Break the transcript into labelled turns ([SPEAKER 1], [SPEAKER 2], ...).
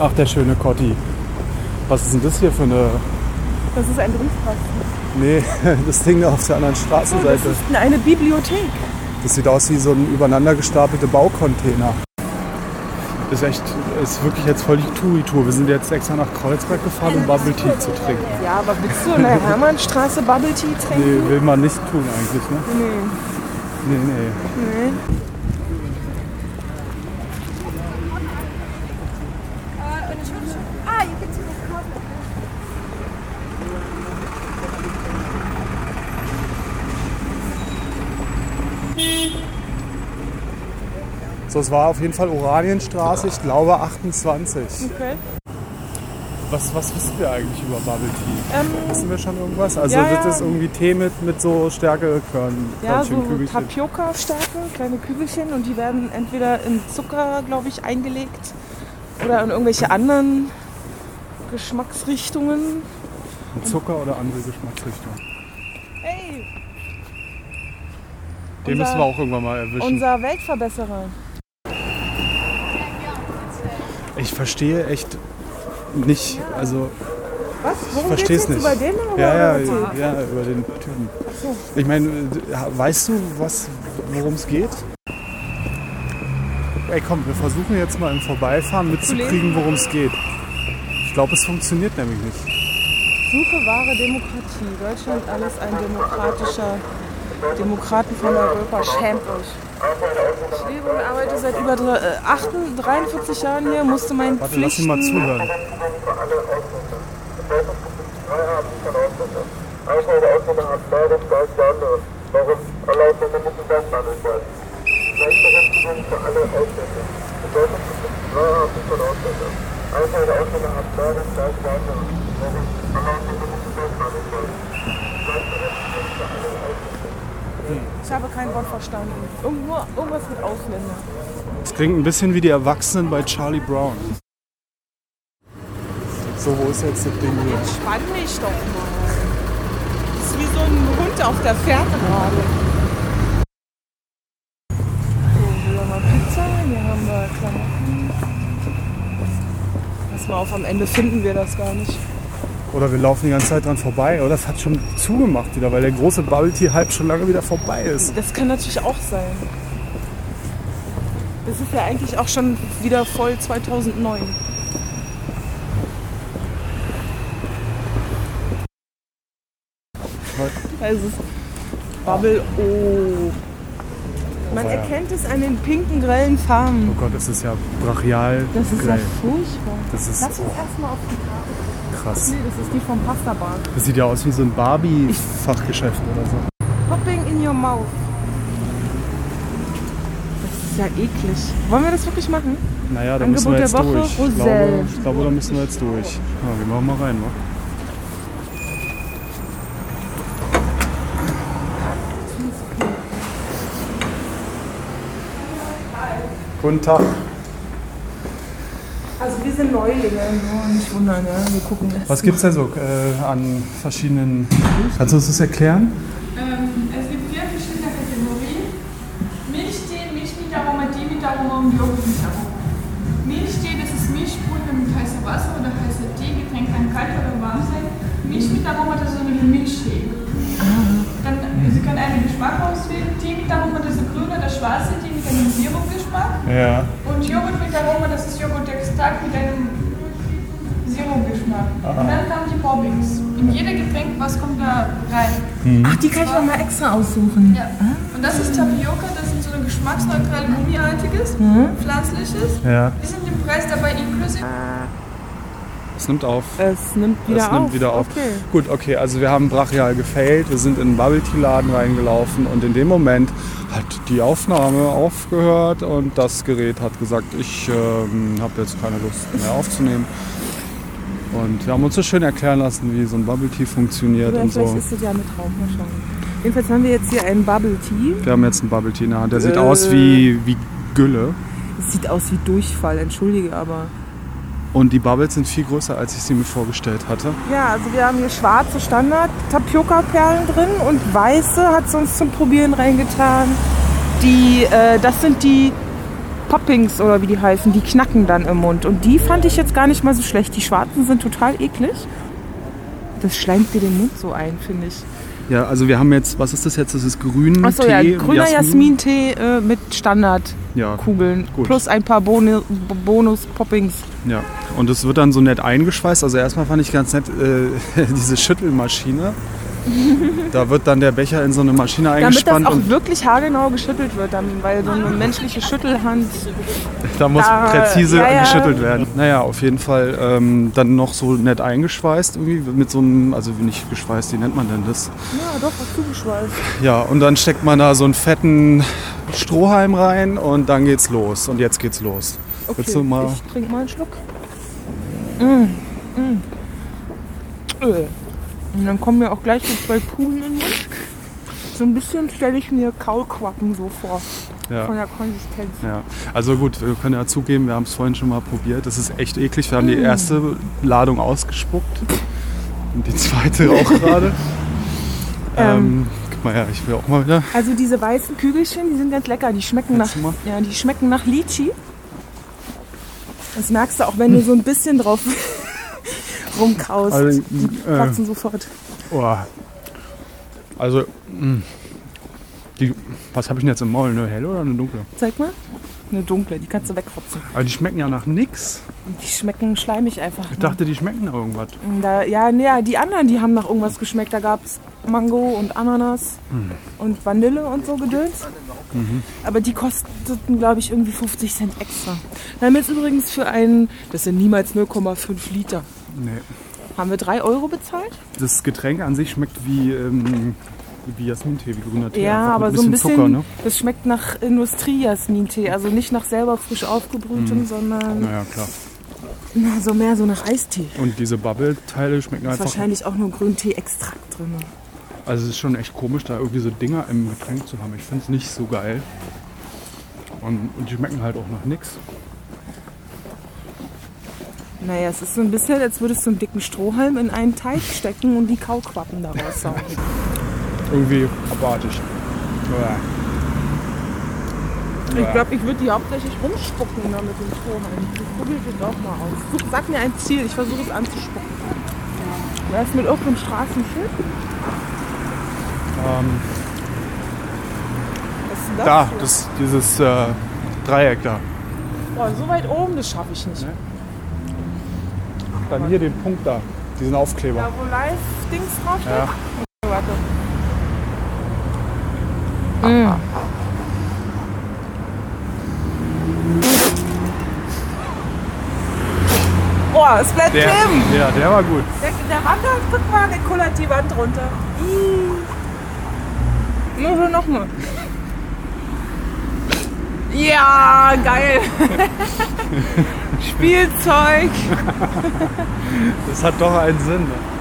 [SPEAKER 1] Ach, der schöne Kotti. Was ist denn das hier für eine...
[SPEAKER 2] Das ist ein Briefkasten.
[SPEAKER 1] Nee, das Ding da auf der anderen
[SPEAKER 2] Oh, das
[SPEAKER 1] Straßenseite.
[SPEAKER 2] ist eine Bibliothek.
[SPEAKER 1] Das sieht aus wie so ein übereinander gestapelte Baucontainer. Das ist echt, ist wirklich jetzt voll die Touri-Tour. Wir sind jetzt extra nach Kreuzberg gefahren, um Bubble Tea zu trinken.
[SPEAKER 2] Ja, aber willst du in der Hermannstraße Bubble Tea trinken?
[SPEAKER 1] Nee, will man nicht tun eigentlich, ne? Nee. Nee, nee. So, es war auf jeden Fall Oranienstraße, ich glaube 28.
[SPEAKER 2] Okay.
[SPEAKER 1] Was, was wissen wir eigentlich über Bubble Tea?
[SPEAKER 2] Ähm,
[SPEAKER 1] wissen wir schon irgendwas? Also
[SPEAKER 2] ja,
[SPEAKER 1] das
[SPEAKER 2] ja.
[SPEAKER 1] ist irgendwie Tee mit, mit so Stärkekörnchen,
[SPEAKER 2] Ja, so
[SPEAKER 1] Körnchen, Kügelchen.
[SPEAKER 2] Tapioca-Stärke, kleine Kügelchen und die werden entweder in Zucker, glaube ich, eingelegt oder in irgendwelche anderen Geschmacksrichtungen.
[SPEAKER 1] Mit Zucker oder andere Geschmacksrichtungen.
[SPEAKER 2] Hey,
[SPEAKER 1] Den
[SPEAKER 2] Unser-
[SPEAKER 1] müssen wir auch irgendwann mal erwischen.
[SPEAKER 2] unser Weltverbesserer.
[SPEAKER 1] ich verstehe echt nicht, also
[SPEAKER 2] Was? Worum
[SPEAKER 1] versteh's
[SPEAKER 2] geht's jetzt
[SPEAKER 1] nicht.
[SPEAKER 2] über den oder
[SPEAKER 1] ja, ja,
[SPEAKER 2] über
[SPEAKER 1] ja,
[SPEAKER 2] den?
[SPEAKER 1] über den Typen. Ich meine, äh, weißt du, was, worum es geht? Ey, komm, wir versuchen jetzt mal im Vorbeifahren mitzukriegen, worum es geht. Ich glaube, es funktioniert nämlich nicht.
[SPEAKER 2] Suche wahre Demokratie. Deutschland alles ein demokratischer Demokraten von Europa. Schämt euch. Ich lebe und arbeite seit über drei- äh, 48, 43 Jahren hier, musste meinen
[SPEAKER 1] Warte, lass ihn
[SPEAKER 2] Pflichten...
[SPEAKER 1] mal zuhören.
[SPEAKER 2] Ich habe kein Wort verstanden. Irgend- nur irgendwas mit Ausländer.
[SPEAKER 1] Es klingt ein bisschen wie die Erwachsenen bei Charlie Brown. So, wo ist jetzt das Ding hier?
[SPEAKER 2] Spann dich doch mal. Das ist wie so ein Hund auf der Fährte gerade. So, hier haben wir Pizza, hier haben wir Klamotten. Pass mal auf, am Ende finden wir das gar nicht.
[SPEAKER 1] Oder wir laufen die ganze Zeit dran vorbei. Oder es hat schon zugemacht wieder, weil der große Bubble Tea Hype schon lange wieder vorbei ist.
[SPEAKER 2] Das kann natürlich auch sein. Das ist ja eigentlich auch schon wieder voll 2009. Also es ist Bubble O. Man
[SPEAKER 1] Oh, ja.
[SPEAKER 2] erkennt es an den pinken, grellen Farben.
[SPEAKER 1] Oh Gott, das ist ja brachial
[SPEAKER 2] Das ist
[SPEAKER 1] grell.
[SPEAKER 2] ja furchtbar.
[SPEAKER 1] Das ist oh.
[SPEAKER 2] Lass uns erstmal auf die Karte.
[SPEAKER 1] krass.
[SPEAKER 2] Nee, das ist die vom Pasta Bar.
[SPEAKER 1] Das sieht ja aus wie so ein Barbie-Fachgeschäft oder so.
[SPEAKER 2] Popping in your mouth. Das ist ja eklig. Wollen wir das wirklich machen?
[SPEAKER 1] Naja, da
[SPEAKER 2] Angebot
[SPEAKER 1] müssen wir
[SPEAKER 2] der
[SPEAKER 1] jetzt
[SPEAKER 2] Woche,
[SPEAKER 1] durch. Ich glaube,
[SPEAKER 2] Roselle.
[SPEAKER 1] ich glaube, da müssen wir jetzt durch. Ja, wir machen mal rein, wa? Guten Tag.
[SPEAKER 2] Also wir sind Neulinge. Oh, nicht wundern, ne? Wir gucken jetzt.
[SPEAKER 1] Was gibt's denn so äh, an verschiedenen... Kannst du uns das erklären?
[SPEAKER 3] Ähm, es gibt vier verschiedene Kategorien. Milchtee, Milchniederaroma, Demeteraroma und Joghurtaroma. Milchtee, das ist Milchpulver mit heißem Wasser oder heißer Tee, Getränk kann kalt oder warm sein. Milch mit Aroma, das ist so eine Milchtee. Dann, äh, Sie können einen Geschmack auswählen. Tee mit Aroma, das ist grün oder schwarze Tee mit einem Sirupgeschmack.
[SPEAKER 1] Ja.
[SPEAKER 3] Und Joghurt mit Aroma, das ist Joghurt Extrakt mit einem Sirupgeschmack. Und dann kamen die Bobbings. In jeder Getränk, was kommt da rein?
[SPEAKER 2] Ach, die kann ich nochmal extra aussuchen.
[SPEAKER 3] Ja. Und das ist Tapioca, das ist so ein geschmacksneutral gummiartiges,
[SPEAKER 2] Mhm.
[SPEAKER 3] pflanzliches.
[SPEAKER 1] Ja.
[SPEAKER 3] Die sind im Preis dabei inklusive.
[SPEAKER 1] Es nimmt auf.
[SPEAKER 2] Es nimmt wieder
[SPEAKER 1] es
[SPEAKER 2] auf.
[SPEAKER 1] nimmt wieder auf.
[SPEAKER 2] Okay.
[SPEAKER 1] Gut, okay, also wir haben brachial gefailt, wir sind in einen Bubble Tea Laden reingelaufen und in dem Moment hat die Aufnahme aufgehört und das Gerät hat gesagt, ich ähm, habe jetzt keine Lust mehr aufzunehmen. Und wir haben uns so schön erklären lassen, wie so ein Bubble Tea funktioniert
[SPEAKER 2] Oder
[SPEAKER 1] und
[SPEAKER 2] vielleicht
[SPEAKER 1] so.
[SPEAKER 2] ist das ja mit Raum mal schauen. Jedenfalls haben wir jetzt hier einen Bubble Tea.
[SPEAKER 1] Wir haben jetzt einen Bubble Tea in der Hand, der sieht
[SPEAKER 2] Äh.
[SPEAKER 1] aus wie, wie Gülle.
[SPEAKER 2] Es sieht aus wie Durchfall, entschuldige aber.
[SPEAKER 1] Und die Bubbles sind viel größer, als ich sie mir vorgestellt hatte.
[SPEAKER 2] Ja, also wir haben hier schwarze Standard-Tapioca-Perlen drin und weiße hat sie uns zum Probieren reingetan. Die, äh, das sind die Poppings oder wie die heißen, die knacken dann im Mund. Und die fand ich jetzt gar nicht mal so schlecht. Die schwarzen sind total eklig. Das schleimt dir den Mund so ein, finde ich.
[SPEAKER 1] Ja, also wir haben jetzt, was ist das jetzt? Das ist grün
[SPEAKER 2] Achso,
[SPEAKER 1] Tee,
[SPEAKER 2] ja, grüner Jasmin-Tee äh, mit Standardkugeln.
[SPEAKER 1] Ja, gut.
[SPEAKER 2] Plus ein paar Boni- B- Bonus-Poppings.
[SPEAKER 1] ja. Und es wird dann so nett eingeschweißt. Also erstmal fand ich ganz nett äh, diese Schüttelmaschine. da wird dann der Becher in so eine Maschine
[SPEAKER 2] Damit das
[SPEAKER 1] eingespannt
[SPEAKER 2] auch
[SPEAKER 1] und
[SPEAKER 2] wirklich haargenau geschüttelt wird, dann, weil so eine menschliche Schüttelhand.
[SPEAKER 1] da muss
[SPEAKER 2] da-
[SPEAKER 1] präzise
[SPEAKER 2] ja, ja.
[SPEAKER 1] geschüttelt werden. Naja, auf jeden Fall ähm, dann noch so nett eingeschweißt irgendwie mit so einem, also nicht geschweißt, wie nennt man denn das?
[SPEAKER 2] Ja, doch, was zugeschweißt.
[SPEAKER 1] Ja, und dann steckt man da so einen fetten Strohhalm rein und dann geht's los. Und jetzt geht's los.
[SPEAKER 2] Okay,
[SPEAKER 1] Willst du mal?
[SPEAKER 2] ich trinke mal einen Schluck. Mm, mm. Öh. Und dann kommen mir auch gleich so zwei Pulen in den Mund. So ein bisschen stelle ich mir Kaulquappen so vor,
[SPEAKER 1] Ja.
[SPEAKER 2] von der Konsistenz.
[SPEAKER 1] Ja, also gut, wir können ja zugeben, wir haben es vorhin schon mal probiert. Das ist echt eklig. Wir haben
[SPEAKER 2] Mm.
[SPEAKER 1] die erste Ladung ausgespuckt und die zweite auch gerade. ähm, guck mal her, ich will auch mal wieder.
[SPEAKER 2] Also diese weißen Kügelchen, die sind ganz lecker. Die schmecken nach,
[SPEAKER 1] Kannst du mal?
[SPEAKER 2] ja, die schmecken nach Litchi. Das merkst du auch, wenn du so ein bisschen drauf rumkaust.
[SPEAKER 1] Also,
[SPEAKER 2] die
[SPEAKER 1] äh,
[SPEAKER 2] platzen sofort.
[SPEAKER 1] Oh. Also, mh. die, was habe ich denn jetzt im Maul? Eine helle oder eine dunkle?
[SPEAKER 2] Zeig mal. Eine dunkle, die kannst du wegfrotzen.
[SPEAKER 1] Aber die schmecken ja nach nix.
[SPEAKER 2] Die schmecken schleimig einfach.
[SPEAKER 1] Ich dachte, die schmecken nach irgendwas.
[SPEAKER 2] Da, ja, nee, ja, die anderen, die haben nach irgendwas geschmeckt. Da gab es Mango und Ananas
[SPEAKER 1] Hm.
[SPEAKER 2] und Vanille und so Gedöns.
[SPEAKER 1] Mhm.
[SPEAKER 2] Aber die kosteten, glaube ich, irgendwie 50 Cent extra. Wir haben jetzt übrigens für einen, das sind niemals 0,5 Liter,
[SPEAKER 1] Nee.
[SPEAKER 2] haben wir 3 Euro bezahlt.
[SPEAKER 1] Das Getränk an sich schmeckt wie, ähm, wie Jasmintee, wie grüner
[SPEAKER 2] Ja,
[SPEAKER 1] Tee. einfach mit
[SPEAKER 2] aber so ein bisschen,
[SPEAKER 1] Zucker, ne?
[SPEAKER 2] das schmeckt nach Industrie-Jasmin-Tee. Also nicht nach selber frisch aufgebrühtem,
[SPEAKER 1] Mhm.
[SPEAKER 2] sondern
[SPEAKER 1] ne? Naja, klar.
[SPEAKER 2] na, so mehr so nach Eistee.
[SPEAKER 1] Und diese Bubble-Teile schmecken
[SPEAKER 2] Ist
[SPEAKER 1] einfach.
[SPEAKER 2] wahrscheinlich auch nur Grüntee-Extrakt drin.
[SPEAKER 1] Also es ist schon echt komisch, da irgendwie so Dinger im Getränk zu haben. Ich finde es nicht so geil. Und, und die schmecken halt auch nach nix.
[SPEAKER 2] Naja, es ist so ein bisschen, als würdest du einen dicken Strohhalm in einen Teig stecken und die Kauquappen daraus saugen.
[SPEAKER 1] Irgendwie abartig. Ja.
[SPEAKER 2] Ich glaube, ich würde die hauptsächlich rumspucken da mit dem Strohhalm. Ich probiere das auch mal aus. Such, sag mir ein Ziel, ich versuche es anzuspucken. Was mit irgendeinem Straßenschild?
[SPEAKER 1] Ähm,
[SPEAKER 2] Was ist denn das?
[SPEAKER 1] da,
[SPEAKER 2] für-
[SPEAKER 1] das, dieses äh, Dreieck da.
[SPEAKER 2] Boah, so weit oben, das schaffe ich nicht.
[SPEAKER 1] Ne? Dann hier den Punkt da, diesen
[SPEAKER 2] Da
[SPEAKER 1] Aufkleber.
[SPEAKER 2] wo Live-Dings draufsteht?
[SPEAKER 1] Ja.
[SPEAKER 2] Oh, Warte. Mm. Boah, es bleibt
[SPEAKER 1] Der,
[SPEAKER 2] kleben.
[SPEAKER 1] ja, der war gut.
[SPEAKER 2] Der, der wandert, guck mal, der kullert die Wand runter. Ih. Nur so nochmal. Ja, geil. Spielzeug.
[SPEAKER 1] Das hat doch einen Sinn. Ne?